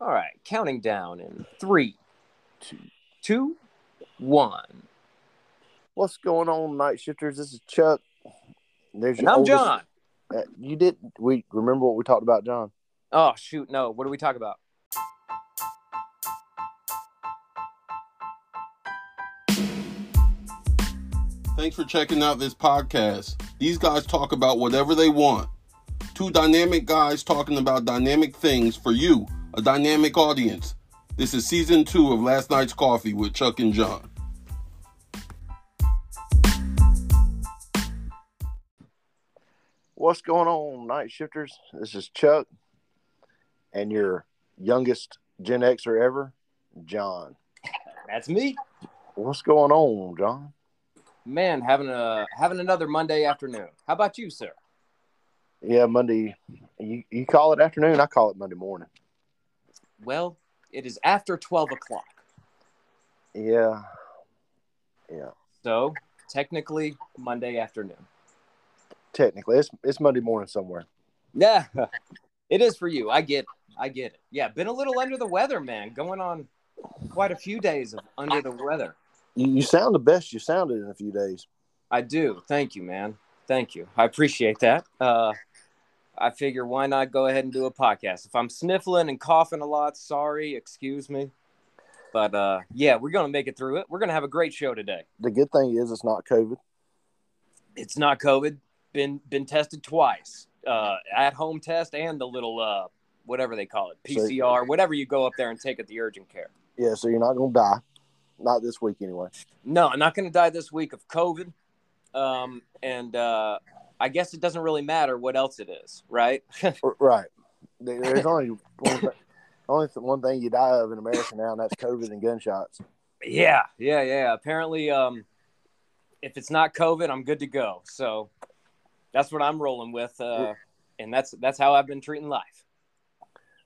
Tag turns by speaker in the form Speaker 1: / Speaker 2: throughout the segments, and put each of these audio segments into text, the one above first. Speaker 1: All right, counting down in three, two, two, one.
Speaker 2: What's going on, night shifters? This is Chuck. There's
Speaker 1: And I'm
Speaker 2: oldest-
Speaker 1: John.
Speaker 2: Uh, you did. We remember what we talked about, John.
Speaker 1: Oh shoot, no. What do we talk about?
Speaker 3: Thanks for checking out this podcast. These guys talk about whatever they want. Two dynamic guys talking about dynamic things for you, a dynamic audience. This is season two of Last Night's Coffee with Chuck and John.
Speaker 2: What's going on, night shifters? This is Chuck, and your youngest Gen Xer ever, John.
Speaker 1: That's me.
Speaker 2: What's going on, John?
Speaker 1: Man, having a having another Monday afternoon. How about you, sir?
Speaker 2: Yeah, Monday. You you call it afternoon. I call it Monday morning.
Speaker 1: Well, it is after twelve o'clock.
Speaker 2: Yeah.
Speaker 1: So technically Monday afternoon.
Speaker 2: Technically, it's it's Monday morning somewhere.
Speaker 1: Yeah. It is for you. I get it. I get it. Yeah, been a little under the weather, man. Going on quite a few days of under the weather.
Speaker 2: You, you sound the best you sounded in a few days.
Speaker 1: I do. Thank you, man. Thank you. I appreciate that. Uh, I figure why not go ahead and do a podcast? If I'm sniffling and coughing a lot, sorry, excuse me. But uh, yeah, we're going to make it through it. We're going to have a great show today.
Speaker 2: The good thing is it's not COVID.
Speaker 1: It's not COVID. Been been tested twice. Uh, at home test and the little uh, whatever they call it,
Speaker 2: So-
Speaker 1: PCR, whatever you go up there and take at the urgent care.
Speaker 2: Yeah, so you're not gonna die. Not this week anyway.
Speaker 1: No, I'm not going to die this week of COVID. Um, and uh, I guess it doesn't really matter what else it is, right?
Speaker 2: R- Right. There- There's only one thing, only th- one thing you die of in America now, and that's COVID and gunshots.
Speaker 1: Yeah, yeah, yeah. Apparently, um, if it's not COVID, I'm good to go. So that's what I'm rolling with, uh, and that's that's how I've been treating life.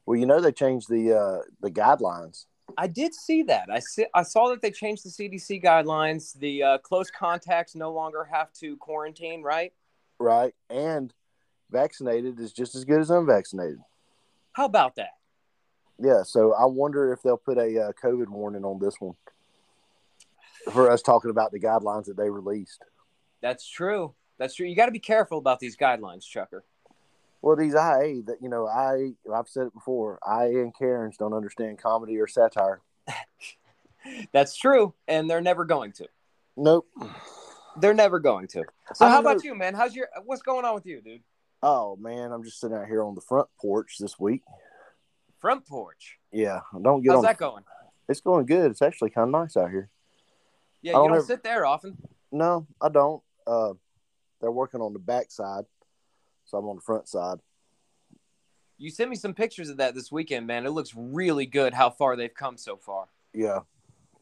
Speaker 2: Well, you know they changed the uh, the guidelines.
Speaker 1: I did see that. I see, I saw that they changed the CDC guidelines. The uh, close contacts no longer have to quarantine, right?
Speaker 2: Right. And vaccinated is just as good as unvaccinated.
Speaker 1: How about that?
Speaker 2: Yeah. So I wonder if they'll put a uh, COVID warning on this one for us talking about the guidelines that they released.
Speaker 1: That's true. That's true. You got to be careful about these guidelines, Chucker.
Speaker 2: Well, these IA that you know, I I've said it before. IA and Karens don't understand comedy or satire.
Speaker 1: That's true, and they're never going to.
Speaker 2: Nope.
Speaker 1: They're never going to. So,
Speaker 2: I
Speaker 1: how
Speaker 2: don't know.
Speaker 1: about you, man? How's your what's going on with you, dude?
Speaker 2: Oh man, I'm just sitting out here on the front porch this week.
Speaker 1: Front porch.
Speaker 2: Yeah, don't get
Speaker 1: How's
Speaker 2: on.
Speaker 1: that going?
Speaker 2: It's going good. It's actually kind of nice out here.
Speaker 1: Yeah,
Speaker 2: I don't
Speaker 1: you don't
Speaker 2: ever-
Speaker 1: sit there often.
Speaker 2: No, I don't. Uh, they're working on the back side, so I'm on the front side.
Speaker 1: You sent me some pictures of that this weekend, man. It looks really good how far they've come so far.
Speaker 2: Yeah,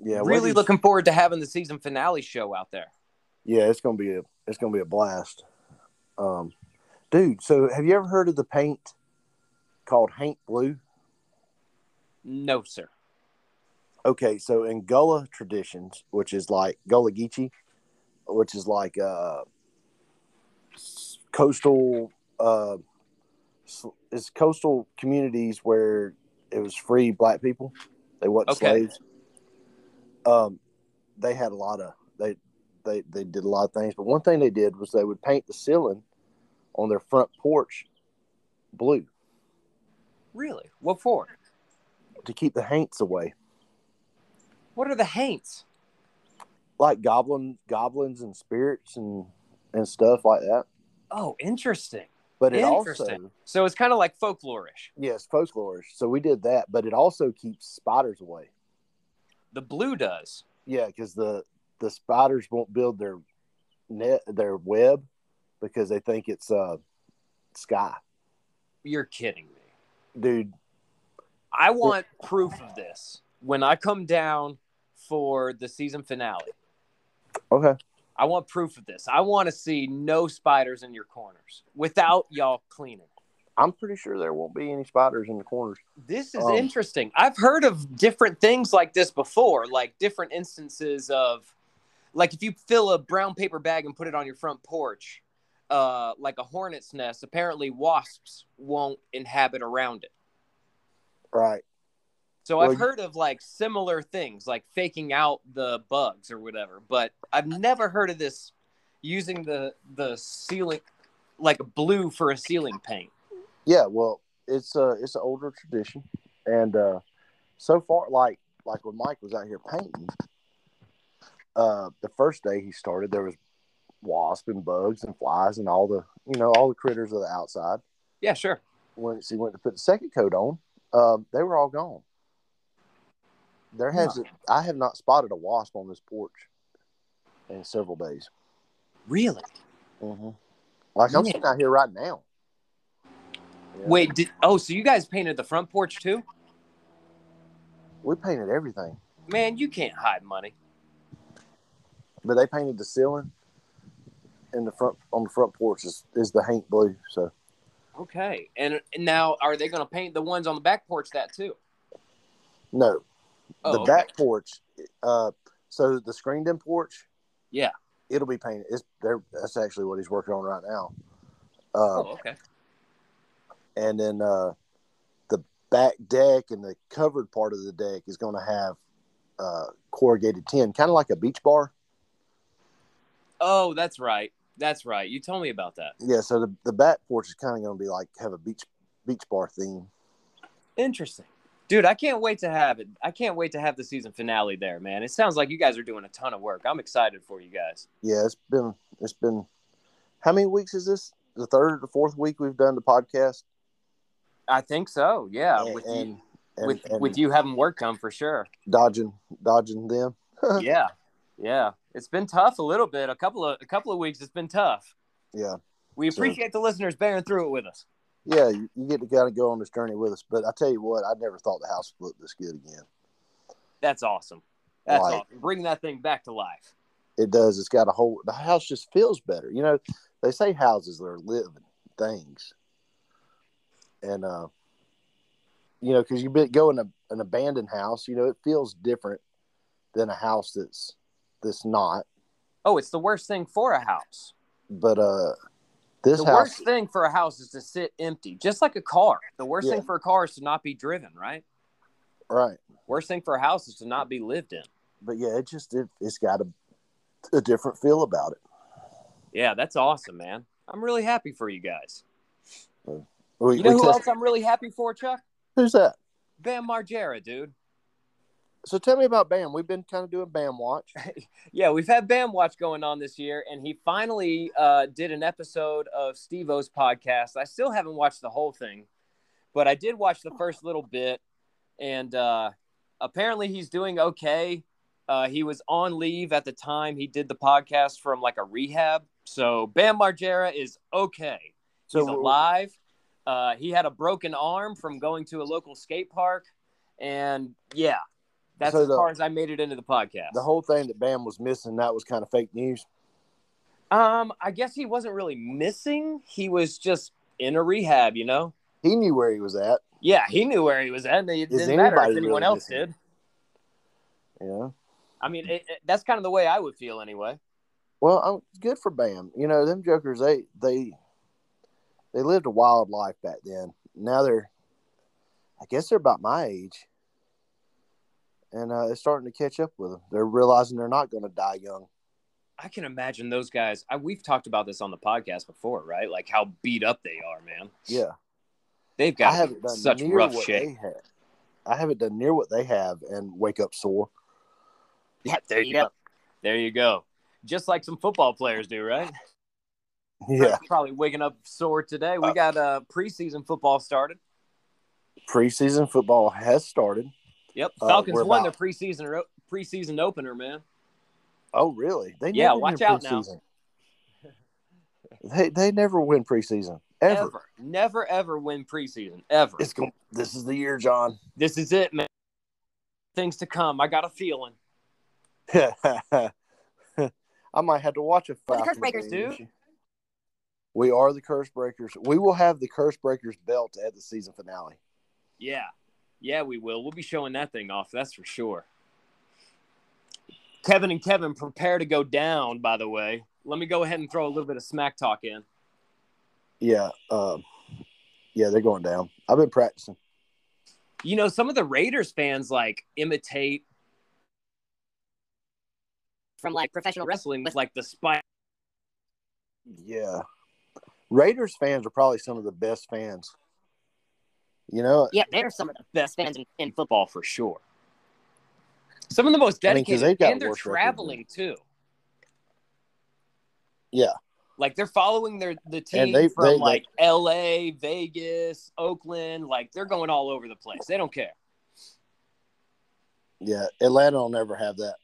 Speaker 2: yeah.
Speaker 1: really
Speaker 2: Wendy's-
Speaker 1: looking forward to having the season finale show out there.
Speaker 2: Yeah, it's gonna be a it's gonna be a blast. Um, dude. So have you ever heard of the paint called Hank Blue?
Speaker 1: No, sir.
Speaker 2: Okay, so in Gullah traditions, which is like Gullah Geechee, which is like uh, s- coastal, uh, s- it's coastal communities where it was free black people. They wasn't
Speaker 1: Okay.
Speaker 2: slaves. Um, they had a lot of they, they they did a lot of things, but one thing they did was they would paint the ceiling on their front porch blue
Speaker 1: Really? What for?
Speaker 2: to keep the haints away.
Speaker 1: What are the haints?
Speaker 2: like goblin goblins and spirits and and stuff like that.
Speaker 1: Oh, interesting.
Speaker 2: But it
Speaker 1: Interesting.
Speaker 2: also
Speaker 1: So it's kind of like folklorish.
Speaker 2: yes, folklore. So we did that, but it also keeps spiders away.
Speaker 1: The blue does.
Speaker 2: Yeah, because the the spiders won't build their net their web because they think it's uh sky,
Speaker 1: You're kidding me.
Speaker 2: dude.
Speaker 1: I want proof of this when I come down for the season finale.
Speaker 2: Okay,
Speaker 1: I want proof of this. I want to see no spiders in your corners without y'all cleaning.
Speaker 2: I'm pretty sure there won't be any spiders in the corners.
Speaker 1: This is
Speaker 2: Um,
Speaker 1: interesting. I've heard of different things like this before, like different instances of, like if you fill a brown paper bag and put it on your front porch, uh, like a hornet's nest, apparently wasps won't inhabit around it.
Speaker 2: Right.
Speaker 1: So
Speaker 2: Well,
Speaker 1: I've
Speaker 2: you-
Speaker 1: heard of like similar things, like faking out the bugs or whatever, but I've never heard of this using the the ceiling like blue for a ceiling paint.
Speaker 2: Yeah, well, it's a it's an older tradition, and uh, so far, like like when Mike was out here painting, uh, the first day he started, there was wasps and bugs and flies and all the you know all the critters of the outside.
Speaker 1: Yeah, sure.
Speaker 2: Once he went to put the second coat on, um, they were all gone. There hasn't I have not spotted a wasp on this porch in several days.
Speaker 1: Really?
Speaker 2: Mm-hmm. Like I'm
Speaker 1: Yeah.
Speaker 2: sitting out here right now. Yeah.
Speaker 1: Wait, did, oh, so you guys painted the front porch too?
Speaker 2: we painted everything.
Speaker 1: Man, you can't hide money.
Speaker 2: but they painted the ceiling and the front on the front porch is, is the Hank blue. So
Speaker 1: Okay. And, and now are they going to paint the ones on the back porch that too?
Speaker 2: no,
Speaker 1: Oh,
Speaker 2: the
Speaker 1: okay.
Speaker 2: back porch. Uh, so the screened-in porch.
Speaker 1: Yeah.
Speaker 2: it'll be painted. It's there. That's actually what he's working on right now. Uh,
Speaker 1: Oh, okay.
Speaker 2: and then uh, the back deck and the covered part of the deck is going to have uh, corrugated tin, kind of like a beach bar.
Speaker 1: Oh, that's right. That's right. You told me about that.
Speaker 2: Yeah. So the, the back porch is kind of going to be like have a beach beach bar theme.
Speaker 1: Interesting. Dude, I can't wait to have it. I can't wait to have the season finale there, man. It sounds like you guys are doing a ton of work. I'm excited for you guys.
Speaker 2: yeah, it's been it's been how many weeks is this? The third or fourth week we've done the podcast.
Speaker 1: I think so. Yeah, Uh,
Speaker 2: And-
Speaker 1: with
Speaker 2: and-
Speaker 1: you with with you having work come for sure.
Speaker 2: dodging dodging them.
Speaker 1: yeah. Yeah. It's been tough a little bit. A couple of a couple of weeks it's been tough.
Speaker 2: Yeah.
Speaker 1: We
Speaker 2: So-
Speaker 1: appreciate the listeners bearing through it with us.
Speaker 2: Yeah, you, you get to kind of go on this journey with us. But I tell you what, I never thought the house would look this good again.
Speaker 1: That's awesome. That's
Speaker 2: Right.
Speaker 1: awesome. Bring that thing back to life.
Speaker 2: It does. It's got a whole the house just feels better. You know, they say houses are living things. And uh you know, because you been go in a, an abandoned house, you know, it feels different than a house that's that's not.
Speaker 1: Oh, it's the worst thing for a house.
Speaker 2: but uh this
Speaker 1: the
Speaker 2: house
Speaker 1: worst thing for a house is to sit empty, just like a car. The worst
Speaker 2: Yeah.
Speaker 1: thing for a car is to not be driven, right?
Speaker 2: right
Speaker 1: Worst thing for a house is to not be lived in.
Speaker 2: but yeah it just it, it's got a, a different feel about it
Speaker 1: Yeah, that's awesome, man. I'm really happy for you guys.
Speaker 2: we,
Speaker 1: You know
Speaker 2: we
Speaker 1: who
Speaker 2: test-
Speaker 1: else I'm really happy for, Chuck?
Speaker 2: who's that
Speaker 1: Bam Margera, dude.
Speaker 2: so tell me about bam we've been kind of doing bam watch
Speaker 1: Yeah, we've had Bam Watch going on this year, and he finally uh, did an episode of Steve O's podcast. I still haven't watched the whole thing, but I did watch the first little bit, and uh, apparently he's doing okay. Uh, he was on leave at the time he did the podcast from like a rehab, so Bam Margera is okay.
Speaker 2: so
Speaker 1: He's alive. Uh, he had a broken arm from going to a local skate park, and yeah, that's
Speaker 2: So
Speaker 1: as
Speaker 2: the-
Speaker 1: far as I made it into the podcast.
Speaker 2: the whole thing that bam was missing that was kind of fake news
Speaker 1: Um, I guess he wasn't really missing. He was just in a rehab, you know.
Speaker 2: he knew where he was at
Speaker 1: Yeah, he knew where he was at. And it
Speaker 2: Is
Speaker 1: didn't matter if
Speaker 2: anybody
Speaker 1: anyone
Speaker 2: really
Speaker 1: else
Speaker 2: missing?
Speaker 1: did.
Speaker 2: you know
Speaker 1: I mean, it, it- that's kind of the way I would feel anyway.
Speaker 2: well i'm good for bam you know them jokers they they they lived a wild life back then now they're i guess they're about my age and uh, it's starting to catch up with them. They're realizing they're not going to die young.
Speaker 1: I can imagine those guys. I, we've talked about this on the podcast before, right? Like how beat up they are, man.
Speaker 2: Yeah.
Speaker 1: They've
Speaker 2: I
Speaker 1: got
Speaker 2: haven't done
Speaker 1: such
Speaker 2: near
Speaker 1: rough
Speaker 2: what
Speaker 1: shape.
Speaker 2: They have. I haven't done near what they have and wake up sore.
Speaker 1: Yeah, there you go. There you go. Just like some football players do, right?
Speaker 2: Yeah,
Speaker 1: Probably waking up sore today. We
Speaker 2: Uh,
Speaker 1: got uh preseason football started.
Speaker 2: preseason football has started.
Speaker 1: Yep.
Speaker 2: Uh,
Speaker 1: Falcons
Speaker 2: we're
Speaker 1: won
Speaker 2: about-
Speaker 1: their preseason ro- preseason opener, man.
Speaker 2: Oh, really? They
Speaker 1: Yeah,
Speaker 2: never
Speaker 1: watch
Speaker 2: win
Speaker 1: out now.
Speaker 2: preseason. they they never win preseason ever.
Speaker 1: ever, never, ever win preseason. Ever.
Speaker 2: It's going. This is the year, John.
Speaker 1: this is it, man. Things to come. I got a feeling.
Speaker 2: I might have to watch a.
Speaker 1: We're the
Speaker 2: five
Speaker 1: curse breakers,
Speaker 2: minute game. We are the curse breakers. We will have the curse breakers belt at the season finale.
Speaker 1: Yeah, yeah, we will. We'll be showing that thing off. That's for sure. Kevin and Kevin, prepare to go down. By the way, let me go ahead and throw a little bit of smack talk in.
Speaker 2: Yeah, um, yeah, they're going down. I've been practicing.
Speaker 1: you know, some of the Raiders fans like imitate
Speaker 4: from like professional
Speaker 1: wrestling
Speaker 4: wrestling.
Speaker 1: with like the spike.
Speaker 2: Yeah. Raiders fans are probably some of the best fans. You know,
Speaker 4: Yeah, they're some of the best fans in, in
Speaker 1: football
Speaker 4: football.
Speaker 1: for sure. Some of the most
Speaker 2: I mean,
Speaker 1: dedicated,
Speaker 2: 'cause they've got
Speaker 1: and they're
Speaker 2: worse records than-
Speaker 1: traveling too.
Speaker 2: Yeah.
Speaker 1: like they're following their the team
Speaker 2: And they-
Speaker 1: from
Speaker 2: they- they-
Speaker 1: like L.A., Vegas, Oakland. Like they're going all over the place. They don't care.
Speaker 2: yeah, Atlanta will never have that.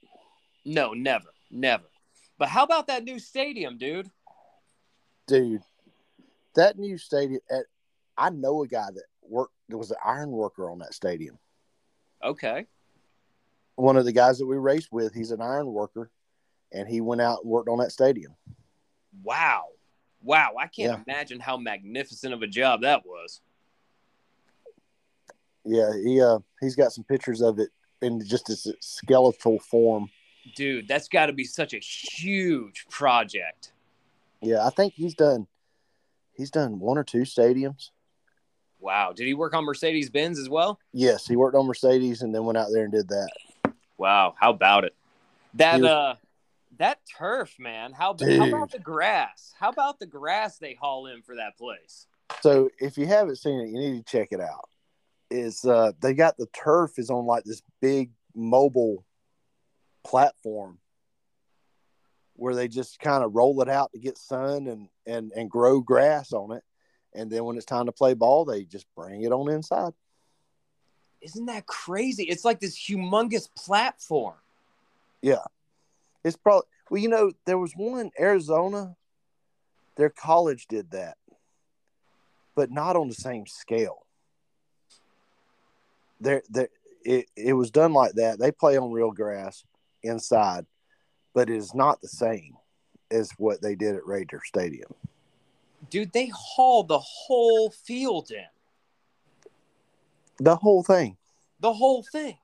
Speaker 1: No, never, never. But how about that new stadium, dude?
Speaker 2: Dude, that new stadium at, I know a guy that worked there was an iron worker on that stadium.
Speaker 1: Okay,
Speaker 2: One of the guys that we raced with, he's an iron worker and he went out and worked on that stadium.
Speaker 1: wow, wow. I can't
Speaker 2: Yeah.
Speaker 1: imagine how magnificent of a job that was.
Speaker 2: Yeah, he uh he's got some pictures of it in just its skeletal form.
Speaker 1: Dude, that's got to be such a huge project.
Speaker 2: Yeah, I think he's done he's done one or two stadiums.
Speaker 1: Wow. Did he work on Mercedes Benz as well?
Speaker 2: Yes, he worked on Mercedes and then went out there and did that.
Speaker 1: Wow, how about it? That
Speaker 2: He was-
Speaker 1: uh that turf, man. How, how
Speaker 2: Dude.
Speaker 1: about the grass? How about the grass they haul in for that place?
Speaker 2: So if you haven't seen it, you need to check it out. It's uh they got the turf is on like this big mobile platform where they just kind of roll it out to get sun and and and grow grass on it. And then when it's time to play ball, they just bring it on inside.
Speaker 1: Isn't that crazy? It's like this humongous platform.
Speaker 2: It's probably well, you know, there was one in Arizona, their college did that, but not on the same scale. There, there, it, it was done like that. They play on real grass inside, but it is not the same as what they did at Raider Stadium.
Speaker 1: Dude, they haul the whole field in.
Speaker 2: The whole thing.
Speaker 1: the whole thing.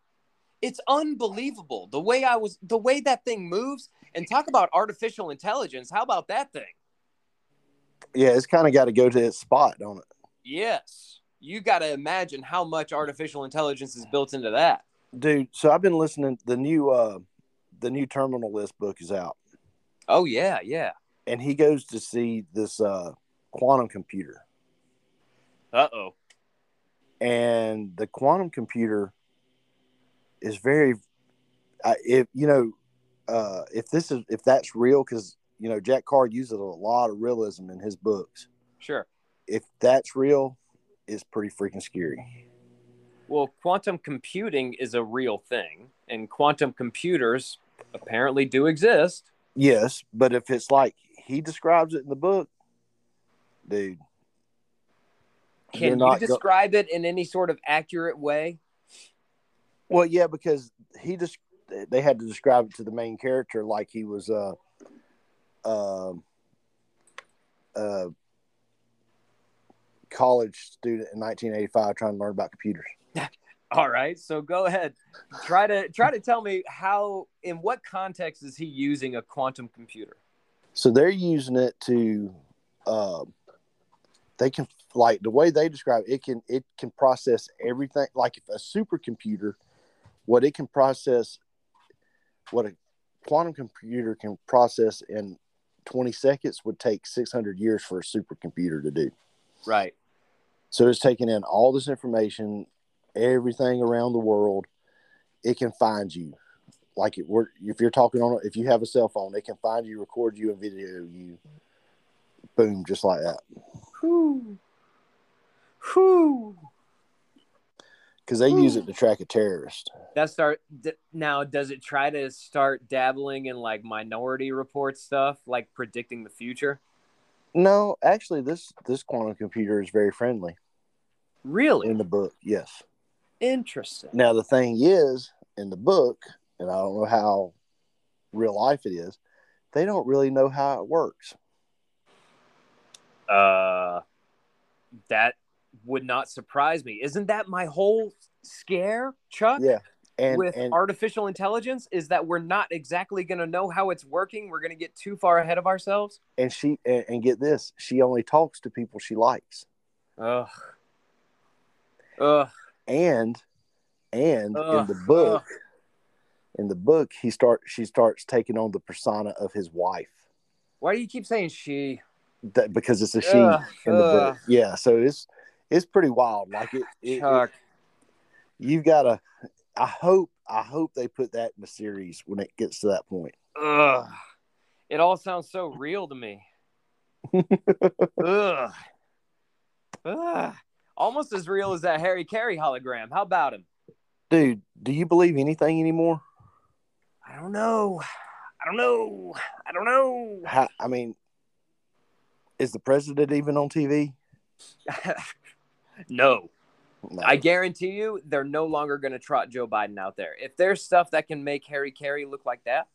Speaker 1: It's unbelievable the way I was, the way that thing moves. And talk about artificial intelligence. How about that thing?
Speaker 2: Yeah, it's kind of got to go to its spot on it.
Speaker 1: Yes, you got to imagine how much artificial intelligence is built into that.
Speaker 2: Dude, so I've been listening the new uh the new terminal list book is out
Speaker 1: Oh yeah, yeah.
Speaker 2: and he goes to see this uh quantum computer.
Speaker 1: Uh oh.
Speaker 2: and the quantum computer is very I if you know uh, if this is if that's real because you know jack card uses a lot of realism in his books
Speaker 1: Sure.
Speaker 2: if that's real it's pretty freaking scary
Speaker 1: Well, quantum computing is a real thing, and quantum computers apparently do exist.
Speaker 2: yes but if it's like he describes it in the book dude you're
Speaker 1: Can you
Speaker 2: not go-
Speaker 1: describe it in any sort of accurate way?
Speaker 2: well yeah because he just they had to describe it to the main character like he was uh um uh college student in 1985 trying to learn about computers
Speaker 1: All right, so go ahead. Try to try to tell me how in what context is he using a quantum computer?
Speaker 2: so they're using it to um they can like the way they describe it, it can it can process everything like if a supercomputer what it can process what a quantum computer can process in 20 seconds would take 600 years for a supercomputer to do
Speaker 1: Right.
Speaker 2: So it's taking in all this information, everything around the world. It can find you. Like it, were if you're talking on, if you have a cell phone, it can find you, record you, and video you. Boom, just like that.
Speaker 1: Whoo. Whoo.
Speaker 2: Because they use it to track a terrorist.
Speaker 1: That start d- now does it try to start dabbling in like minority report stuff, like predicting the future?
Speaker 2: No, actually, this this quantum computer is very friendly
Speaker 1: Really?
Speaker 2: in the book. Yes.
Speaker 1: Interesting.
Speaker 2: Now the thing is, in the book, and I don't know how real life it is, they don't really know how it works.
Speaker 1: Uh that would not surprise me. Isn't that my whole scare, Chuck?
Speaker 2: Yeah, and
Speaker 1: with
Speaker 2: and
Speaker 1: artificial intelligence is that we're not exactly going to know how it's working. We're going to get too far ahead of ourselves.
Speaker 2: and she and, and get this she only talks to people she likes
Speaker 1: Ugh. Ugh.
Speaker 2: and and in
Speaker 1: Ugh,
Speaker 2: the book, in the book, he start she starts taking on the persona of his wife
Speaker 1: Why do you keep saying she?
Speaker 2: that because it's a she
Speaker 1: Ugh,
Speaker 2: in the book.
Speaker 1: ugh.
Speaker 2: Yeah, so it's it's pretty wild. Like it, it, it
Speaker 1: Chuck.
Speaker 2: you've got to i hope i hope they put that in the series when it gets to that point
Speaker 1: Ugh. It all sounds so real to me. Ugh. Ugh. Almost as real as that Harry Carey hologram. How about him?
Speaker 2: dude do you believe anything anymore
Speaker 1: I don't know. I don't know. I don't know.
Speaker 2: How, i mean is the president even on tv
Speaker 1: no.
Speaker 2: No.
Speaker 1: I guarantee you they're no longer going to trot Joe Biden out there. If there's stuff that can make Harry Carey look like that,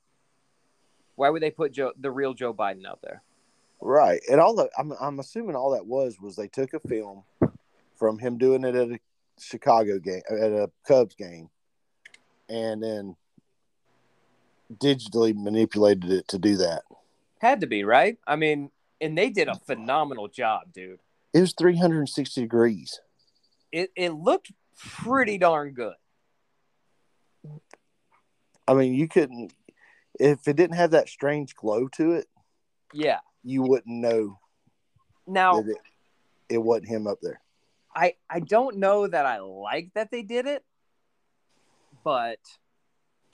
Speaker 1: why would they put Joe, the real Joe Biden out there?
Speaker 2: right and all the I'm, I'm assuming all that was was they took a film from him doing it at a chicago game at a cubs game and then digitally manipulated it to do that
Speaker 1: Had to be, right? I mean, and they did a phenomenal job, dude.
Speaker 2: it was 360 degrees
Speaker 1: It, it looked pretty darn good.
Speaker 2: I mean, you couldn't if it didn't have that strange glow to it,
Speaker 1: Yeah.
Speaker 2: you wouldn't know
Speaker 1: Now,
Speaker 2: that it, it wasn't him up there.
Speaker 1: I, I don't know that I like that they did it, but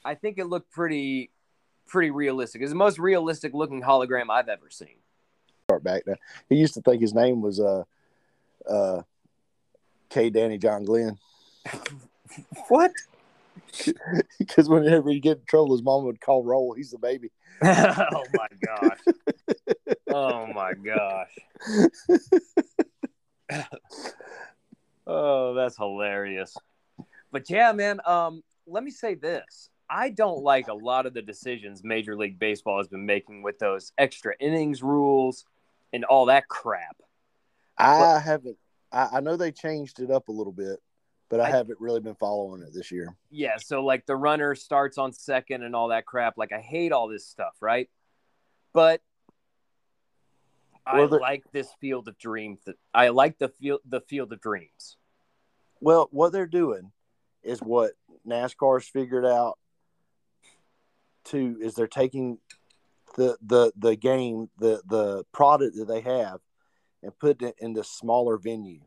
Speaker 1: I think it looked pretty pretty realistic. It's the most realistic looking hologram I've ever seen.
Speaker 2: Start back now. He used to think his name was uh uh K. Danny John Glenn
Speaker 1: What?
Speaker 2: because whenever he'd get in trouble, his mom would call Roll. He's the baby.
Speaker 1: oh my gosh. Oh my gosh. oh, that's hilarious. But yeah, man, um let me say this. I don't like a lot of the decisions Major League Baseball has been making with those extra innings rules and all that crap.
Speaker 2: I haven't. I, I know they changed it up a little bit, but I,
Speaker 1: I-
Speaker 2: haven't really been following it this year.
Speaker 1: Yeah, so like the runner starts on second and all that crap. Like I hate all this stuff, right? But I
Speaker 2: Well, the-
Speaker 1: like this field of dreams. That I like the field, the field of dreams.
Speaker 2: Well, what they're doing is what NASCAR's figured out to is they're taking the the the game, the the product that they have and putting it in this smaller venue.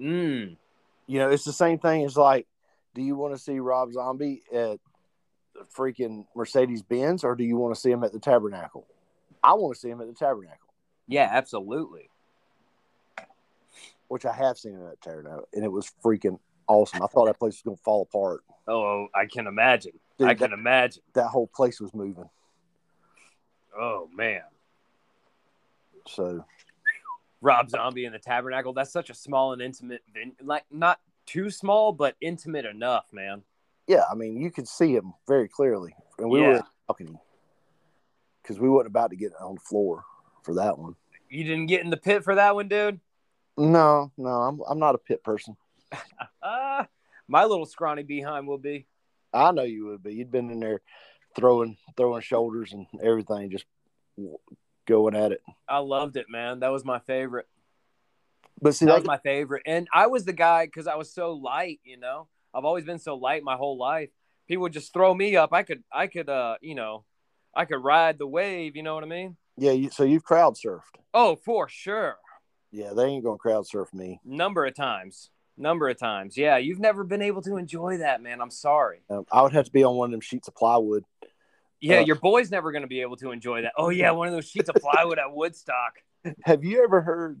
Speaker 1: Mm.
Speaker 2: You know, it's the same thing as like, do you want to see Rob Zombie at the freaking Mercedes Benz or do you want to see him at the tabernacle? I want to see him at the tabernacle,
Speaker 1: Yeah, absolutely.
Speaker 2: which I have seen him at the tabernacle, and it was freaking awesome. I thought that place was gonna fall apart.
Speaker 1: Oh, I can imagine.
Speaker 2: Dude,
Speaker 1: I can
Speaker 2: that,
Speaker 1: imagine.
Speaker 2: that whole place was moving.
Speaker 1: Oh man,
Speaker 2: So
Speaker 1: Rob Zombie in the Tabernacle. That's such a small and intimate, ven- like not too small, but intimate enough, man.
Speaker 2: yeah, I mean, you could see him very clearly, and we were
Speaker 1: Yeah.
Speaker 2: in the balcony because we weren't about to get on the floor for that one.
Speaker 1: You didn't get in the pit for that one, dude.
Speaker 2: No, no, I'm I'm not a pit person.
Speaker 1: Uh, my little scrawny behind will be.
Speaker 2: I know you would be. You'd been in there throwing throwing shoulders and everything, just w- going at it.
Speaker 1: I loved it, man. That was my favorite.
Speaker 2: But see,
Speaker 1: That
Speaker 2: that,
Speaker 1: was my favorite. And I was the guy because I was so light, you know. I've always been so light my whole life. People would just throw me up. I could, I could, uh, you know, I could ride the wave. You know what I mean?
Speaker 2: yeah. You, so you've crowd surfed.
Speaker 1: Oh, for sure.
Speaker 2: Yeah, they ain't gonna crowd surf me.
Speaker 1: Number of times. Number of times. Yeah, you've never been able to enjoy that, man. I'm sorry.
Speaker 2: Um, I would have to be on one of them sheets of plywood.
Speaker 1: Yeah,
Speaker 2: Uh.
Speaker 1: your boy's never going to be able to enjoy that. Oh yeah, one of those sheets of plywood at Woodstock.
Speaker 2: Have you ever heard?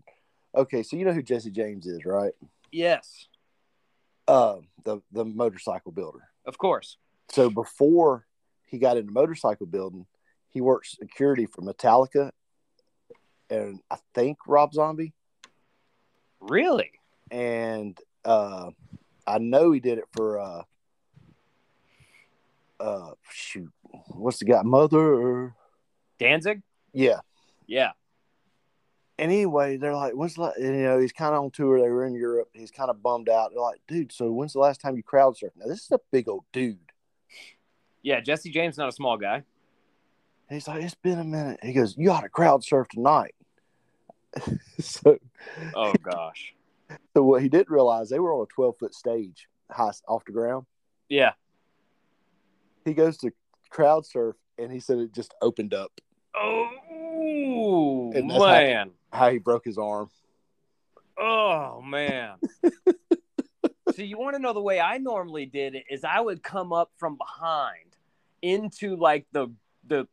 Speaker 2: Okay, so you know who Jesse James is, right?
Speaker 1: Yes,
Speaker 2: Um, the the motorcycle builder.
Speaker 1: of course.
Speaker 2: So before he got into motorcycle building, he worked security for Metallica and I think Rob Zombie.
Speaker 1: Really?
Speaker 2: And uh, I know he did it for uh, uh, shoot, what's the guy? Mother.
Speaker 1: Danzig?
Speaker 2: Yeah.
Speaker 1: Yeah.
Speaker 2: And anyway, they're like, when's the la-? and, you know he's kind of on tour. They were in Europe. He's kind of bummed out. They're like, dude, so when's the last time you crowd surfed? Now this is a big old dude.
Speaker 1: Yeah, Jesse James not a small guy.
Speaker 2: And he's like, it's been a minute. He goes, you ought to crowd surf tonight. so
Speaker 1: Oh gosh.
Speaker 2: So what he didn't realize they were on a twelve foot stage, high off the ground.
Speaker 1: Yeah.
Speaker 2: He goes to crowd surf, and he said it just opened up.
Speaker 1: Oh
Speaker 2: And that's
Speaker 1: man.
Speaker 2: How he broke his arm.
Speaker 1: Oh man. so you want to know the way I normally did it is I would come up from behind into like the the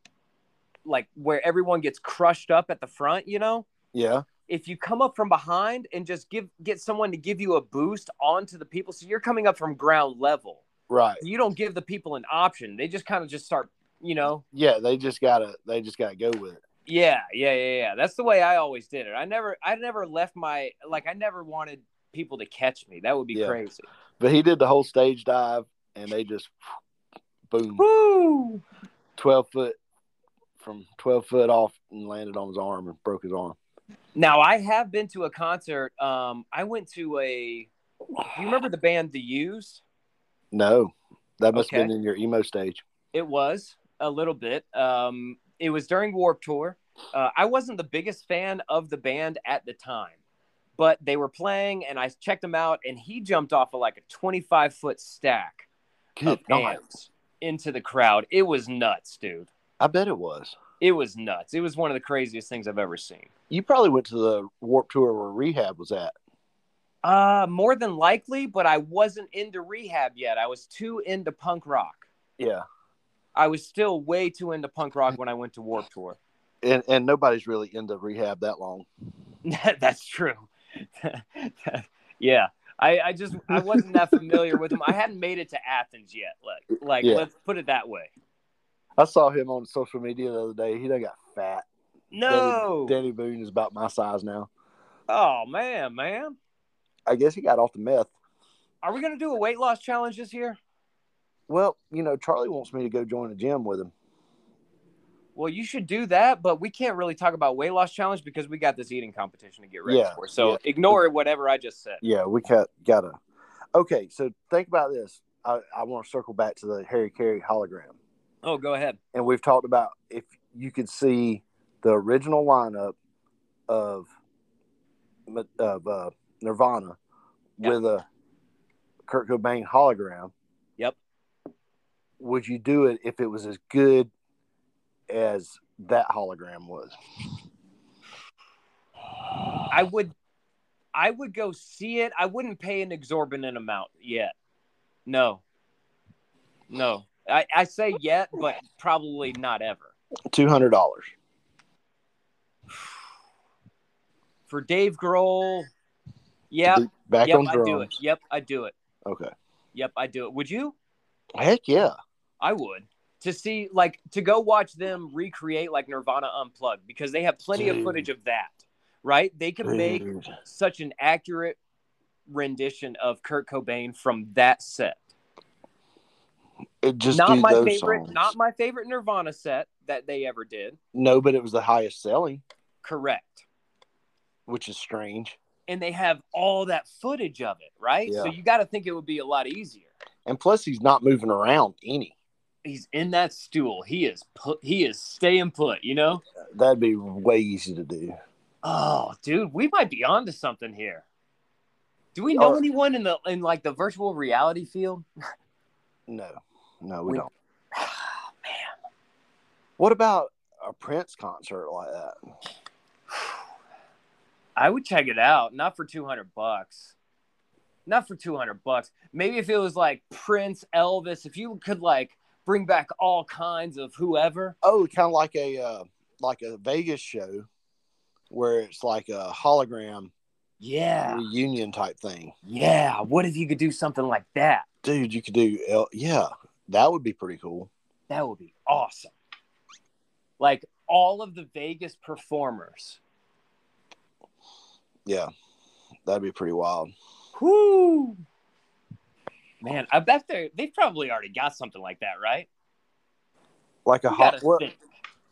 Speaker 1: like where everyone gets crushed up at the front, you know?
Speaker 2: Yeah,
Speaker 1: If you come up from behind and just give get someone to give you a boost onto the people, so you're coming up from ground level.
Speaker 2: right.
Speaker 1: You don't give the people an option. They just kind of just start, you know,
Speaker 2: Yeah, they just gotta they just gotta go with it.
Speaker 1: Yeah, yeah, yeah, yeah. That's the way I always did it. I never, I never left my like. I never wanted people to catch me. That would be
Speaker 2: Yeah.
Speaker 1: crazy.
Speaker 2: But he did the whole stage dive, and they just boom,
Speaker 1: Woo!
Speaker 2: twelve foot from twelve foot off, and landed on his arm and broke his arm.
Speaker 1: Now I have been to a concert. Um, I went to a. Do you remember the band The Used?
Speaker 2: No, that must have
Speaker 1: Okay.
Speaker 2: been in your emo stage.
Speaker 1: It was a little bit. Um, it was during Warp Tour. Uh, I wasn't the biggest fan of the band at the time, but they were playing, and I checked them out, and he jumped off of like a twenty-five foot stack
Speaker 2: Good
Speaker 1: of
Speaker 2: God,
Speaker 1: ants into the crowd. It was nuts, dude.
Speaker 2: I bet it was.
Speaker 1: It was nuts. It was one of the craziest things I've ever seen.
Speaker 2: You probably went to the Warp Tour where Rehab was at.
Speaker 1: Uh, more than likely, but I wasn't into rehab yet. I was too into punk rock.
Speaker 2: Yeah,
Speaker 1: I was still way too into punk rock when I went to Warp Tour.
Speaker 2: and and nobody's really into Rehab that long.
Speaker 1: That's true. yeah. I, I just I wasn't that familiar with them. I hadn't made it to Athens yet. Like like
Speaker 2: Yeah.
Speaker 1: let's put it that way.
Speaker 2: I saw him on social media the other day. He done got fat.
Speaker 1: No.
Speaker 2: Danny Boone is about my size now.
Speaker 1: Oh man, man.
Speaker 2: I guess he got off the meth.
Speaker 1: Are we gonna do a weight loss challenge this year?
Speaker 2: Well, you know, Charlie wants me to go join the gym with him.
Speaker 1: Well, you should do that, but we can't really talk about weight loss challenge because we got this eating competition to get ready
Speaker 2: Yeah,
Speaker 1: for. So ignore whatever I just said.
Speaker 2: Yeah, we got gotta. Okay, so think about this. I, I want to circle back to the Harry Carey hologram,
Speaker 1: Oh, go ahead.
Speaker 2: and we've talked about if you could see the original lineup of of uh, Nirvana
Speaker 1: Yeah.
Speaker 2: with a Kurt Cobain hologram.
Speaker 1: Yep.
Speaker 2: Would you do it if it was as good as that hologram was?
Speaker 1: I would, I would go see it. I wouldn't pay an exorbitant amount yet. No, no. I, I say yet, but probably not ever.
Speaker 2: Two hundred dollars.
Speaker 1: For Dave Grohl, yeah,
Speaker 2: Back
Speaker 1: yep,
Speaker 2: on
Speaker 1: I
Speaker 2: drums.
Speaker 1: do it. Yep, I do it.
Speaker 2: Okay.
Speaker 1: Yep, I do it. Would you?
Speaker 2: Heck yeah.
Speaker 1: I would to see like to go watch them recreate like Nirvana unplugged because they have plenty of
Speaker 2: Dude.
Speaker 1: footage of that, right? They could make
Speaker 2: Dude.
Speaker 1: such an accurate rendition of Kurt Cobain from that set.
Speaker 2: It just
Speaker 1: not
Speaker 2: do
Speaker 1: my
Speaker 2: those
Speaker 1: favorite,
Speaker 2: songs.
Speaker 1: not my favorite Nirvana set that they ever did.
Speaker 2: no, but it was the highest selling,
Speaker 1: Correct.
Speaker 2: which is strange.
Speaker 1: And they have all that footage of it, right? So
Speaker 2: Yeah.
Speaker 1: you got to think it would be a lot easier.
Speaker 2: And plus, he's not moving around any.
Speaker 1: He's in that stool. He is put. He is staying put. You know.
Speaker 2: That'd be way easy to do.
Speaker 1: Oh, dude, we might be onto something here. Do we know
Speaker 2: Or-
Speaker 1: anyone in the in like the virtual reality field?
Speaker 2: No, no, we,
Speaker 1: We-
Speaker 2: don't. What about a Prince concert like that?
Speaker 1: I would check it out, not for 200 bucks. Not for 200 bucks. Maybe if it was like Prince, Elvis, if you could like bring back all kinds of whoever.
Speaker 2: Oh, kind of like a uh, like a Vegas show, where it's like a hologram
Speaker 1: Yeah.
Speaker 2: reunion type thing.
Speaker 1: Yeah, what if you could do something like that?
Speaker 2: Dude, you could do. L- yeah, that would be pretty cool.
Speaker 1: That would be awesome. Like all of the Vegas performers.
Speaker 2: Yeah, that'd be pretty wild.
Speaker 1: Whoo! Man, I bet they they probably already got something like that, right?
Speaker 2: Like a
Speaker 1: You
Speaker 2: hot.
Speaker 1: gotta
Speaker 2: Well,
Speaker 1: think.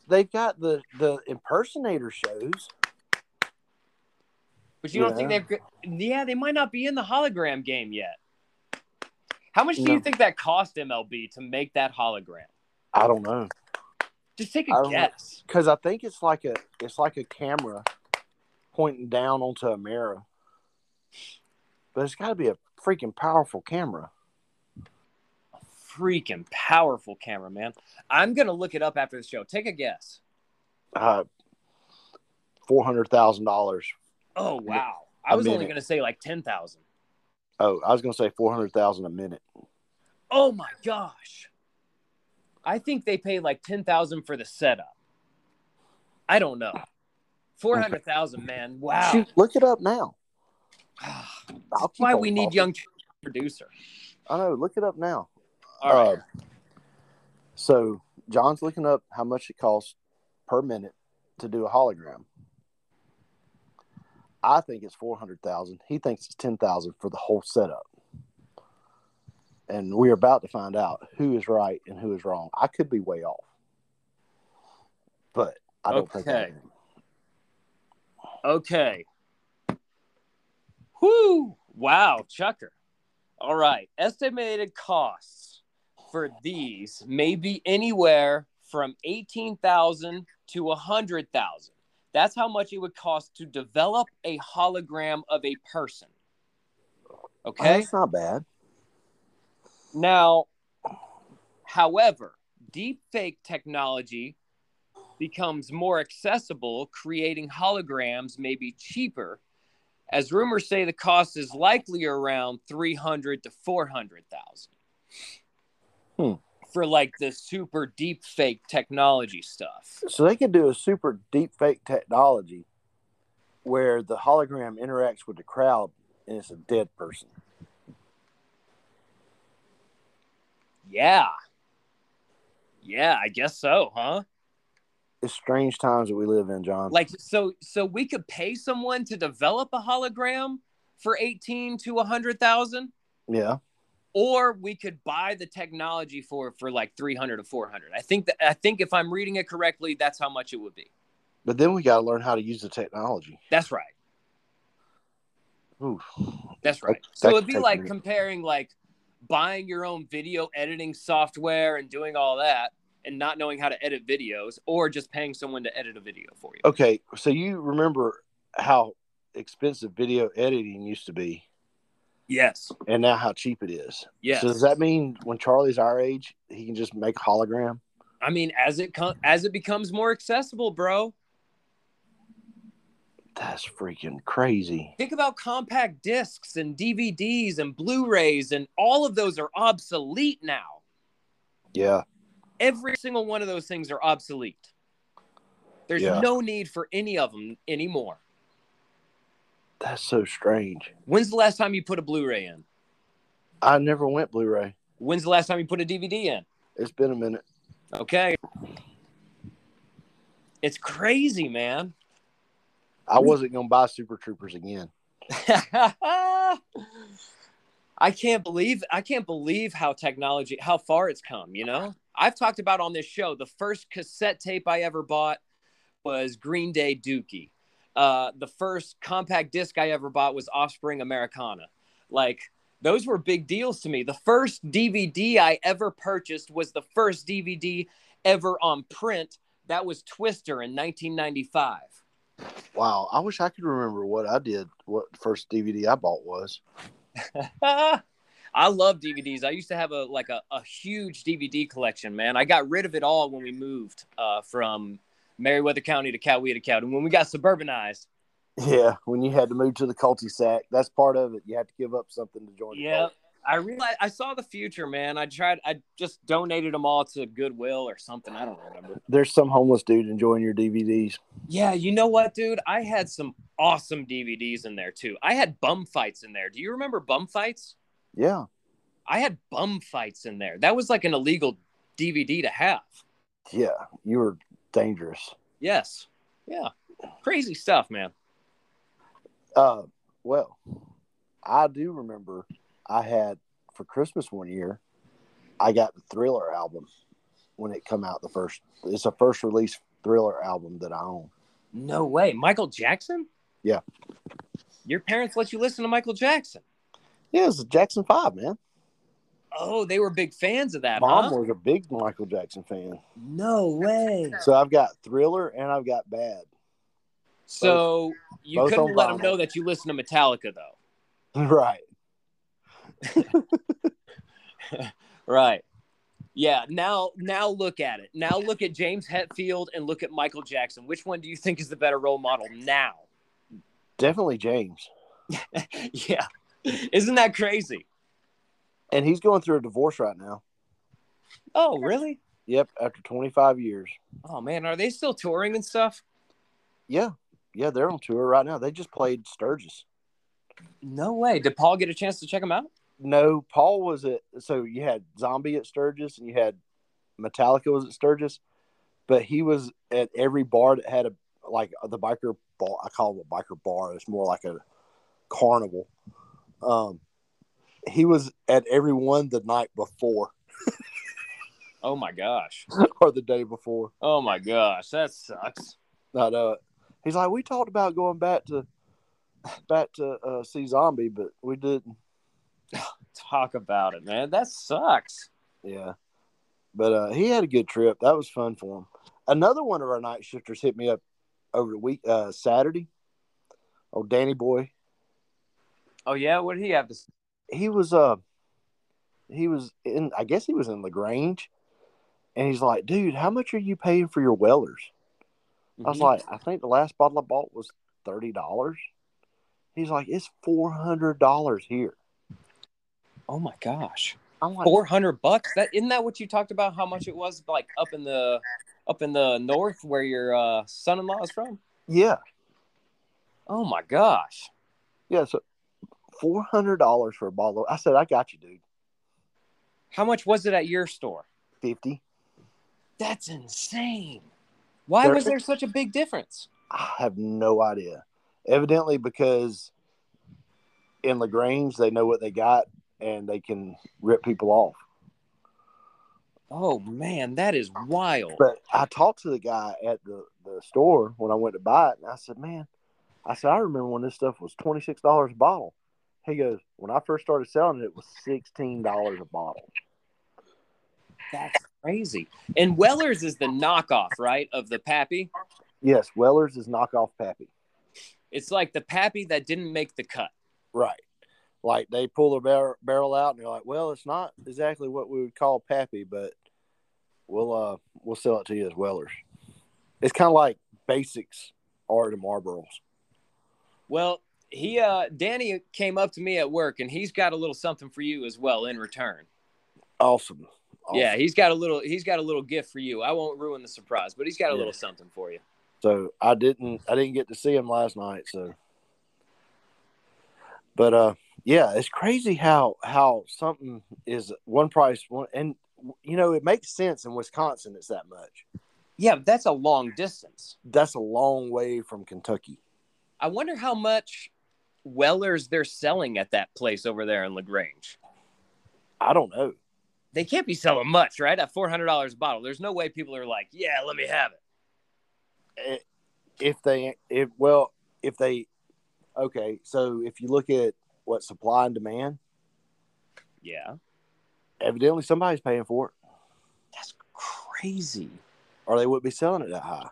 Speaker 2: they've got the the impersonator shows.
Speaker 1: But you don't think
Speaker 2: Yeah.
Speaker 1: they've? Yeah, they might not be in the hologram game yet. How much do
Speaker 2: No.
Speaker 1: you think that cost MLB to make that hologram?
Speaker 2: I don't know
Speaker 1: Just take
Speaker 2: I
Speaker 1: a
Speaker 2: don't know.
Speaker 1: guess.
Speaker 2: because I think it's like a it's like a camera pointing down onto a mirror, But it's got to be a freaking powerful camera.
Speaker 1: Freaking powerful camera, man. I'm gonna look it up after the show. Take a guess.
Speaker 2: Uh, four hundred thousand dollars.
Speaker 1: Oh wow. I
Speaker 2: A
Speaker 1: was only
Speaker 2: minute.
Speaker 1: gonna say like ten thousand.
Speaker 2: Oh, I was gonna say four hundred thousand a minute.
Speaker 1: Oh my gosh. I think they pay like 10,000 for the setup. I don't know. 400,000, man. Wow.
Speaker 2: Shoot, look it up now.
Speaker 1: That's
Speaker 2: I'll keep
Speaker 1: why
Speaker 2: on
Speaker 1: we need
Speaker 2: talking.
Speaker 1: young producer.
Speaker 2: I know. Look it up now.
Speaker 1: All right.
Speaker 2: Uh, so John's looking up how much it costs per minute to do a hologram. I think it's four hundred thousand. He thinks it's ten thousand for the whole setup. And we're about to find out who is right and who is wrong. I could be way off, but I don't think I
Speaker 1: Okay.
Speaker 2: am.
Speaker 1: Okay. Whoo. Wow, Chucker. All right. Estimated costs for these may be anywhere from 18,000 to 100,000. That's how much it would cost to develop a hologram of a person.
Speaker 2: Oh,
Speaker 1: Okay?
Speaker 2: that's not bad.
Speaker 1: Now, however, deepfake technology becomes more accessible, creating holograms may be cheaper, as rumors say the cost is likely around 300 to 400,000. For like the super deepfake technology stuff.
Speaker 2: So they could do a super deep fake technology where the hologram interacts with the crowd and it's a dead person.
Speaker 1: Yeah. Yeah, I guess so, huh?
Speaker 2: It's strange times that we live in, John.
Speaker 1: like so so we could pay someone to develop a hologram for 18 to 100,000
Speaker 2: yeah.
Speaker 1: or we could buy the technology for for like 300 to 400. I think that I think if I'm reading it correctly that's how much it would be.
Speaker 2: But then we got to learn how to use the technology.
Speaker 1: That's right.
Speaker 2: Oof.
Speaker 1: That's right.
Speaker 2: That-
Speaker 1: So
Speaker 2: that
Speaker 1: it'd
Speaker 2: could
Speaker 1: be
Speaker 2: take
Speaker 1: like
Speaker 2: me.
Speaker 1: comparing like buying your own video editing software and doing all that and not knowing how to edit videos or just paying someone to edit a video for you.
Speaker 2: Okay. So you remember how expensive video editing used to be
Speaker 1: Yes.
Speaker 2: and now how cheap it is.
Speaker 1: Yes.
Speaker 2: So does that mean when Charlie's our age, he can just make a hologram?
Speaker 1: I mean as it com- as it becomes more accessible, bro.
Speaker 2: That's freaking crazy.
Speaker 1: Think about compact discs and DVDs and Blu-rays, and all of those are obsolete now.
Speaker 2: Yeah.
Speaker 1: Every single one of those things are obsolete. There's
Speaker 2: Yeah.
Speaker 1: no need for any of them anymore.
Speaker 2: That's so strange.
Speaker 1: When's the last time you put a Blu-ray in?
Speaker 2: I never went Blu ray.
Speaker 1: When's the last time you put a DVD in?
Speaker 2: It's been a minute.
Speaker 1: Okay. It's crazy, man.
Speaker 2: I
Speaker 1: Mm.
Speaker 2: wasn't going to buy Super Troopers again.
Speaker 1: I can't believe I can't believe how technology how far it's come, you know? I've talked about on this show the first cassette tape I ever bought was Green Day Dookie. Uh, the first compact disc I ever bought was Offspring Americana. Like those were big deals to me. The first DVD I ever purchased was the first DVD ever on print. That was Twister in 1995.
Speaker 2: Wow. I wish I could remember what I did, what the first DVD I bought was.
Speaker 1: I love DVDs. I used to have a like a, a huge DVD collection, man. I got rid of it all when we moved uh, from Meriwether County to Coweta County. When we got suburbanized,
Speaker 2: Yeah. When you had to move to the culty sack, that's part of it. You had to give up something to join. the
Speaker 1: yeah, I realized I saw the future, man. I tried. I just donated them all to Goodwill or something. I don't remember.
Speaker 2: there's some homeless dude enjoying your DVDs.
Speaker 1: Yeah, you know what, dude? I had some awesome DVDs in there too. I had bum fights in there. Do you remember bum fights?
Speaker 2: Yeah.
Speaker 1: I had bum fights in there. That was like an illegal DVD to have.
Speaker 2: Yeah. You were dangerous.
Speaker 1: Yes. Yeah. Crazy stuff, man.
Speaker 2: Uh, well, I do remember I had for Christmas one year, I got the Thriller album when it come out. The first, it's a first release Thriller album that I own.
Speaker 1: No way. Michael Jackson?
Speaker 2: Yeah.
Speaker 1: Your parents let you listen to Michael Jackson.
Speaker 2: Yeah, it's the Jackson Five, man.
Speaker 1: Oh, they were big fans of that,
Speaker 2: Mom
Speaker 1: huh?
Speaker 2: was a big Michael Jackson fan.
Speaker 1: No way.
Speaker 2: So I've got Thriller and I've got Bad.
Speaker 1: So you
Speaker 2: both
Speaker 1: couldn't
Speaker 2: on
Speaker 1: let them
Speaker 2: vinyl.
Speaker 1: know that you listen to Metallica, though.
Speaker 2: Right.
Speaker 1: Right. Yeah. Now, now look at it. Now look at James Hetfield and look at Michael Jackson. Which one do you think is the better role model now?
Speaker 2: Definitely James.
Speaker 1: yeah. Isn't that crazy?
Speaker 2: And he's going through a divorce right now.
Speaker 1: Oh, really?
Speaker 2: Yep, after 25 years.
Speaker 1: Oh man, are they still touring and stuff?
Speaker 2: Yeah. Yeah, they're on tour right now. They just played Sturgis.
Speaker 1: No way. Did Paul get a chance to check them out?
Speaker 2: No, Paul was at so you had Zombie at Sturgis and you had Metallica was at Sturgis, but he was at every bar that had a like the biker bar. I call it a biker bar. It's more like a carnival. Um, he was at every one the night before
Speaker 1: Oh my gosh.
Speaker 2: or the day before.
Speaker 1: Oh my gosh. That sucks.
Speaker 2: I know it. He's like, we talked about going back to back to uh, see Zombie, but we didn't.
Speaker 1: Talk about it, man. That sucks.
Speaker 2: Yeah. But uh, he had a good trip. That was fun for him. Another one of our night shifters hit me up over the week uh, Saturday. Oh, Danny boy,
Speaker 1: Oh yeah. What did he have to? s-
Speaker 2: he was uh he was in. I guess he was in Lagrange, and he's like, dude, how much are you paying for your wellers? I
Speaker 1: Mm-hmm.
Speaker 2: was like, I think the last bottle I bought was thirty dollars. He's like, it's four hundred dollars here.
Speaker 1: oh my gosh.
Speaker 2: I'm like,
Speaker 1: Four hundred bucks. That isn't that what you talked about? How much it was like up in the up in the north where your uh, son-in-law is from?
Speaker 2: yeah,
Speaker 1: Oh my gosh.
Speaker 2: yeah. So four hundred dollars for a bottle. I said, I got you, dude.
Speaker 1: How much was it at your store?
Speaker 2: Fifty.
Speaker 1: That's insane. Why
Speaker 2: There-
Speaker 1: was there such a big difference?
Speaker 2: I have no idea. Evidently, because in Lagrange they know what they got and they can rip people off.
Speaker 1: Oh man, that is wild.
Speaker 2: But I talked to the guy at the, the store when I went to buy it, and I said, "Man, I said I remember when this stuff was twenty six dollars a bottle." He goes, "When I first started selling it, it was sixteen dollars a bottle."
Speaker 1: That's crazy. And Weller's is the knockoff, right, of the Pappy?
Speaker 2: Yes, Weller's is knockoff Pappy.
Speaker 1: It's like the Pappy that didn't make the cut.
Speaker 2: Right. Like they pull the bar- barrel out, and they're like, "Well, it's not exactly what we would call Pappy, but we'll uh we'll sell it to you as Weller's." It's kind of like Basics are to Marlboro's.
Speaker 1: Well, he uh Danny came up to me at work and he's got a little something for you as well in return.
Speaker 2: Awesome. awesome.
Speaker 1: Yeah, he's got a little he's got a little gift for you. I won't ruin the surprise, but he's got a
Speaker 2: Yeah.
Speaker 1: little something for you.
Speaker 2: So I didn't I didn't get to see him last night. So, but uh, yeah, it's crazy how how something is one price one, and you know it makes sense in Wisconsin. It's that much.
Speaker 1: Yeah, but that's a long distance.
Speaker 2: That's a long way from Kentucky.
Speaker 1: I wonder how much Weller's they're selling at that place over there in Lagrange.
Speaker 2: I don't know.
Speaker 1: They can't be selling much, right? At four hundred dollars a bottle. There's no way people are like, Yeah, let me have it.
Speaker 2: Eh, If they if well if they okay so if you look at what supply and demand,
Speaker 1: Yeah.
Speaker 2: evidently somebody's paying for it,
Speaker 1: That's crazy.
Speaker 2: or they wouldn't be selling it that high.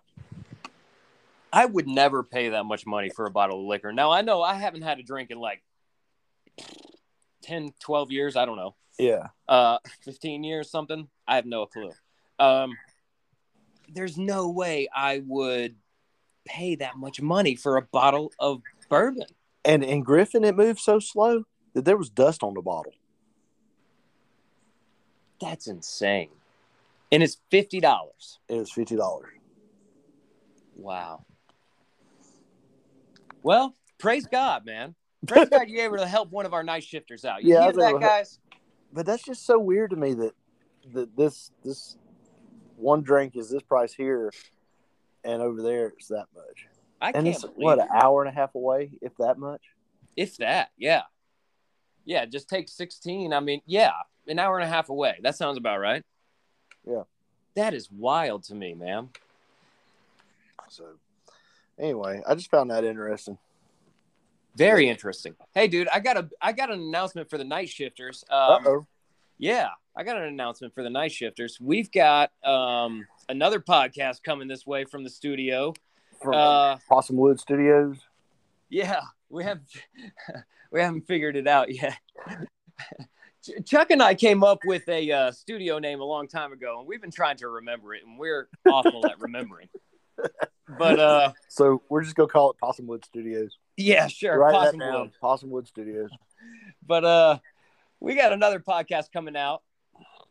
Speaker 1: I would never pay that much money for a bottle of liquor. Now, I know I haven't had a drink in like 10, 12 years. I don't know.
Speaker 2: Yeah,
Speaker 1: Uh, 15 years, something. I have no clue. Um, there's no way I would pay that much money for a bottle of bourbon.
Speaker 2: and in Griffin it moved so slow that there was dust on the bottle.
Speaker 1: That's insane. And it's $50.
Speaker 2: It was fifty dollars.
Speaker 1: Wow. Well, praise God, man. Praise God you were able to help one of our night shifters out. You
Speaker 2: Yeah, I
Speaker 1: hear that,
Speaker 2: know.
Speaker 1: guys?
Speaker 2: But that's just so weird to me that that this this one drink is this price here, and over there it's that much.
Speaker 1: I
Speaker 2: and
Speaker 1: can't
Speaker 2: it's
Speaker 1: believe
Speaker 2: what
Speaker 1: it.
Speaker 2: an hour and a half away, if that much.
Speaker 1: If that, yeah. Yeah, just take 16. I mean, yeah, an hour and a half away. That sounds about right.
Speaker 2: Yeah.
Speaker 1: That is wild to me, man.
Speaker 2: So anyway, I just found that interesting.
Speaker 1: Very interesting. Hey dude, I got a I got an announcement for the night shifters.
Speaker 2: Uh
Speaker 1: Um,
Speaker 2: oh.
Speaker 1: yeah, I got an announcement for the night shifters. We've got um another podcast coming this way from the studio.
Speaker 2: From
Speaker 1: Uh
Speaker 2: Possum Wood Studios.
Speaker 1: yeah. we have we haven't figured it out yet. Ch- Chuck and I came up with a uh, studio name a long time ago, and we've been trying to remember it, and we're awful at remembering. But uh,
Speaker 2: So we're just gonna call it Possumwood Studios.
Speaker 1: yeah, sure,
Speaker 2: Write
Speaker 1: Possum
Speaker 2: that down.
Speaker 1: Wood.
Speaker 2: Possumwood Studios.
Speaker 1: But uh, we got another podcast coming out.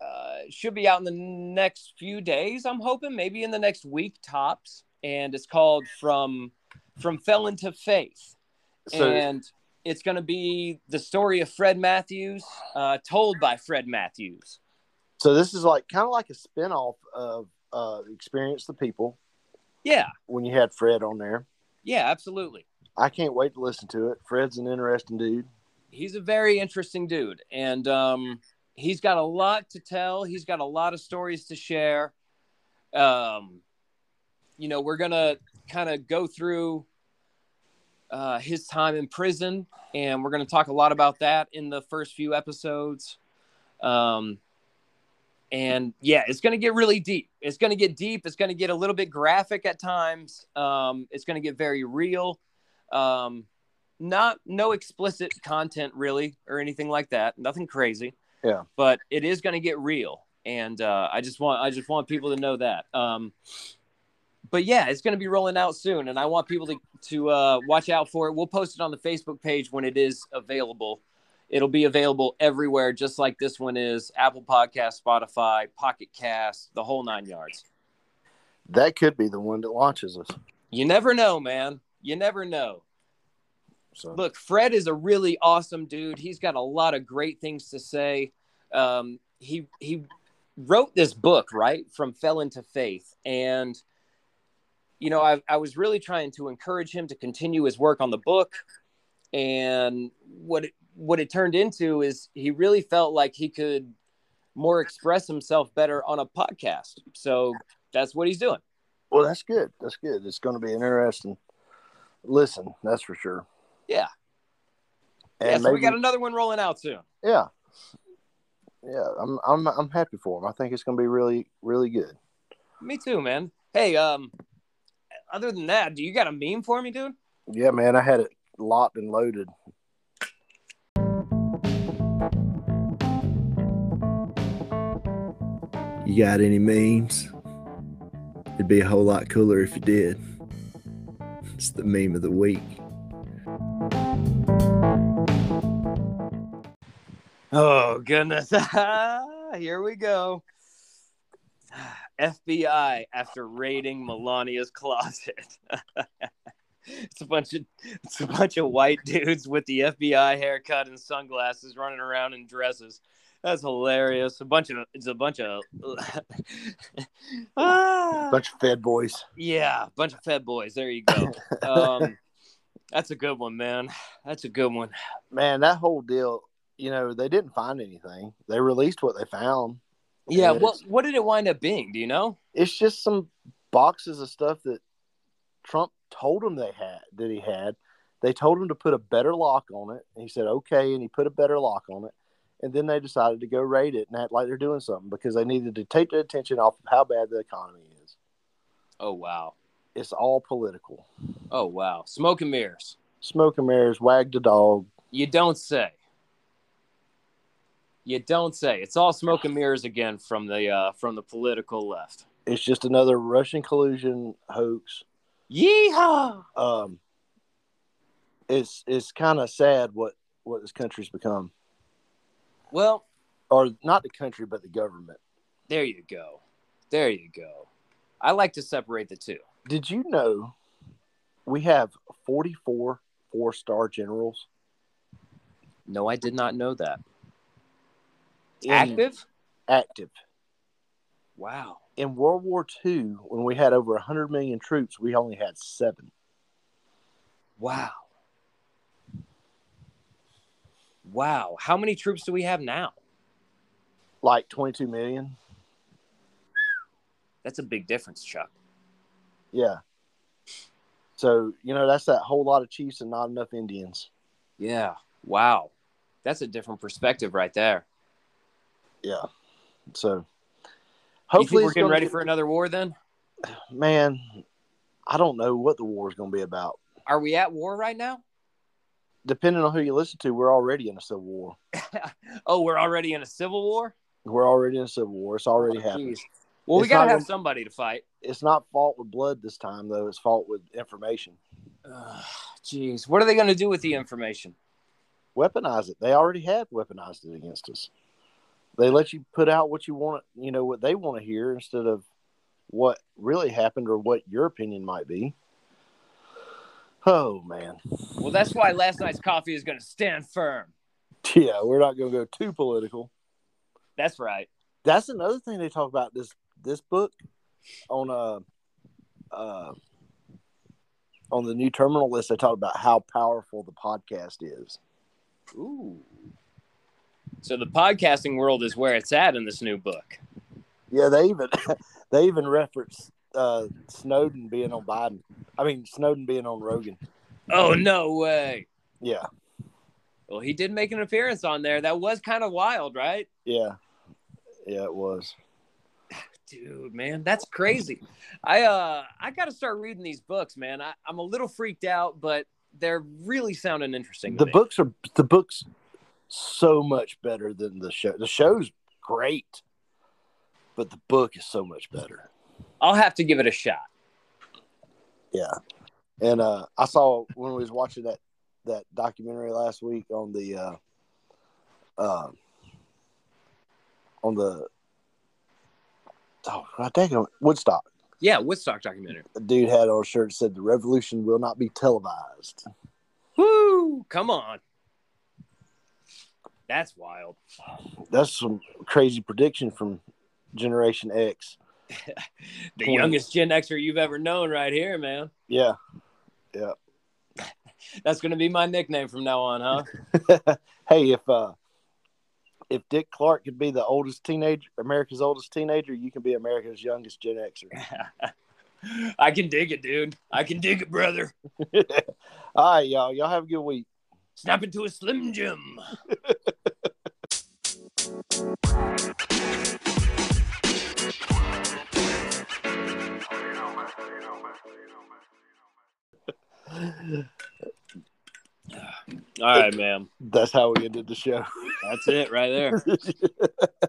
Speaker 1: Uh, should be out in the next few days. I'm hoping, maybe in the next week tops. And it's called from from felon to faith.
Speaker 2: So
Speaker 1: and it's going to be the story of Fred Matthews, uh, told by Fred Matthews.
Speaker 2: so this is like kind of like a spinoff of uh, Experience the People
Speaker 1: Yeah,
Speaker 2: when you had Fred on there.
Speaker 1: yeah, absolutely.
Speaker 2: I can't wait to listen to it. Fred's an interesting dude.
Speaker 1: He's a very interesting dude, and um, he's got a lot to tell. He's got a lot of stories to share. Um, you know, we're gonna kind of go through uh, his time in prison, and we're gonna talk a lot about that in the first few episodes. Um, and yeah, it's gonna get really deep. It's gonna get deep. It's gonna get a little bit graphic at times. Um, it's gonna get very real. Um, not no explicit content really or anything like that. Nothing crazy.
Speaker 2: Yeah.
Speaker 1: But it is gonna get real, and uh, I just want I just want people to know that. Um, but yeah, it's going to be rolling out soon, and I want people to to uh, watch out for it. We'll post it on the Facebook page when it is available. It'll be available everywhere, just like this one is: Apple Podcast, Spotify, Pocket Cast, the whole nine yards.
Speaker 2: That could be the one that launches us.
Speaker 1: You never know, man. You never know.
Speaker 2: So
Speaker 1: Look, Fred is a really awesome dude. He's got a lot of great things to say. Um, he he wrote this book right from felon to faith, and you know I I was really trying to encourage him to continue his work on the book, and what it, what it turned into is he really felt like he could more express himself better on a podcast. So that's what he's doing.
Speaker 2: well, that's good. That's good. It's going to be an interesting listen. That's for sure.
Speaker 1: Yeah.
Speaker 2: And
Speaker 1: yeah, so we
Speaker 2: maybe-
Speaker 1: got another one rolling out soon.
Speaker 2: yeah, yeah. I'm I'm I'm happy for him. I think it's going to be really really good.
Speaker 1: Me too, man. Hey, um, other than that, do you got a meme for me, dude?
Speaker 2: Yeah, man. I had it locked and loaded.
Speaker 5: You got any memes? It'd be a whole lot cooler if you did. It's the meme of the week.
Speaker 1: Oh goodness, here we go. FBI after raiding Melania's closet. it's a bunch of it's a bunch of white dudes with the FBI haircut and sunglasses running around in dresses. That's hilarious. A bunch of it's a bunch of ah.
Speaker 2: Bunch of Fed boys.
Speaker 1: Yeah, bunch of Fed boys. There you go. um, that's a good one, man. That's a good one.
Speaker 2: Man, that whole deal. You know, they didn't find anything. They released what they found.
Speaker 1: Yeah.
Speaker 2: It
Speaker 1: What
Speaker 2: is.
Speaker 1: What did it wind up being? Do you know?
Speaker 2: It's just some boxes of stuff that Trump told him they had that he had. They told him to put a better lock on it, and he said okay, and he put a better lock on it. And then they decided to go raid it and act like they're doing something because they needed to take their attention off of how bad the economy is.
Speaker 1: Oh wow.
Speaker 2: It's all political.
Speaker 1: Oh wow. Smoke and mirrors.
Speaker 2: Smoke and mirrors, wag the dog.
Speaker 1: You don't say. You don't say. It's all smoke and mirrors again from the uh, from the political left.
Speaker 2: It's just another Russian collusion hoax.
Speaker 1: Yeehaw!
Speaker 2: um, it's it's kind of sad what what this country's become,
Speaker 1: Well,
Speaker 2: or not the country, but the government.
Speaker 1: there you go. There you go. I like to separate the two.
Speaker 2: Did you know we have forty four four star generals?
Speaker 1: No, I did not know that.
Speaker 2: in-
Speaker 1: Active.
Speaker 2: active
Speaker 1: Wow.
Speaker 2: in World War II. When we had over hundred million troops, we only had seven.
Speaker 1: Wow. Wow. How many troops do we have now?
Speaker 2: Like twenty two million.
Speaker 1: That's a big difference, Chuck.
Speaker 2: Yeah. So you know that's that whole lot of chiefs and not enough Indians.
Speaker 1: Yeah. Wow. That's a different perspective right there.
Speaker 2: Yeah. So
Speaker 1: Hopefully,
Speaker 2: hopefully
Speaker 1: we're
Speaker 2: it's
Speaker 1: getting
Speaker 2: gonna
Speaker 1: ready
Speaker 2: get-
Speaker 1: for another war then?
Speaker 2: man, I don't know what the war is going to be about.
Speaker 1: Are we at war right now?
Speaker 2: depending on who you listen to, we're already in a civil war.
Speaker 1: Oh, we're already in a civil war.
Speaker 2: We're already in a civil war. It's already happened.
Speaker 1: Oh, Jeez. Well, we
Speaker 2: It's
Speaker 1: gotta
Speaker 2: not
Speaker 1: have
Speaker 2: gonna-
Speaker 1: somebody to fight.
Speaker 2: It's not fault with blood this time, though. It's fault with information.
Speaker 1: Ugh, Jeez, what are they gonna do with the information?
Speaker 2: Weaponize it. They already have weaponized it against us. They let you put out what you want, you know, what they want to hear instead of what really happened or what your opinion might be. Oh man,
Speaker 1: Well, that's why last night's coffee is gonna stand firm.
Speaker 2: yeah, we're not going to go too political.
Speaker 1: That's right.
Speaker 2: That's another thing they talk about this this book on uh, uh on the new terminal list. They talk about how powerful the podcast is.
Speaker 1: Ooh. So the podcasting world is where it's at in this new book.
Speaker 2: Yeah, they even they even reference uh, Snowden being on Biden. I mean, Snowden being on Rogan.
Speaker 1: Oh no way.
Speaker 2: Yeah,
Speaker 1: Well, he did make an appearance on there. That was kind of wild, right?
Speaker 2: yeah, yeah. It was.
Speaker 1: Dude, man, that's crazy. I uh I gotta start reading these books, man. I, I'm a little freaked out, but they're really sounding interesting. to
Speaker 2: The
Speaker 1: me.
Speaker 2: books are the books so much better than the show. The show's great, but the book is so much better.
Speaker 1: I'll have to give it a shot.
Speaker 2: And uh, I saw when we was watching that that documentary last week on the uh, uh, on the oh god dang it, Woodstock.
Speaker 1: Yeah, Woodstock documentary.
Speaker 2: a dude had on a shirt that said the revolution will not be televised.
Speaker 1: Woo! Come on. That's wild.
Speaker 2: That's some crazy prediction from Generation X.
Speaker 1: The
Speaker 2: Point.
Speaker 1: youngest Gen Xer you've ever known, right here, man.
Speaker 2: Yeah.
Speaker 1: That's gonna be my nickname from now on, huh?
Speaker 2: hey, if uh if Dick Clark could be the oldest teenager, America's oldest teenager, you can be America's youngest Gen Xer.
Speaker 1: I can dig it, dude. I can dig it, brother.
Speaker 2: All right, y'all. Y'all have a good week.
Speaker 1: Snap into a slim jim. All right, man.
Speaker 2: That's how we ended the show.
Speaker 1: That's it right there.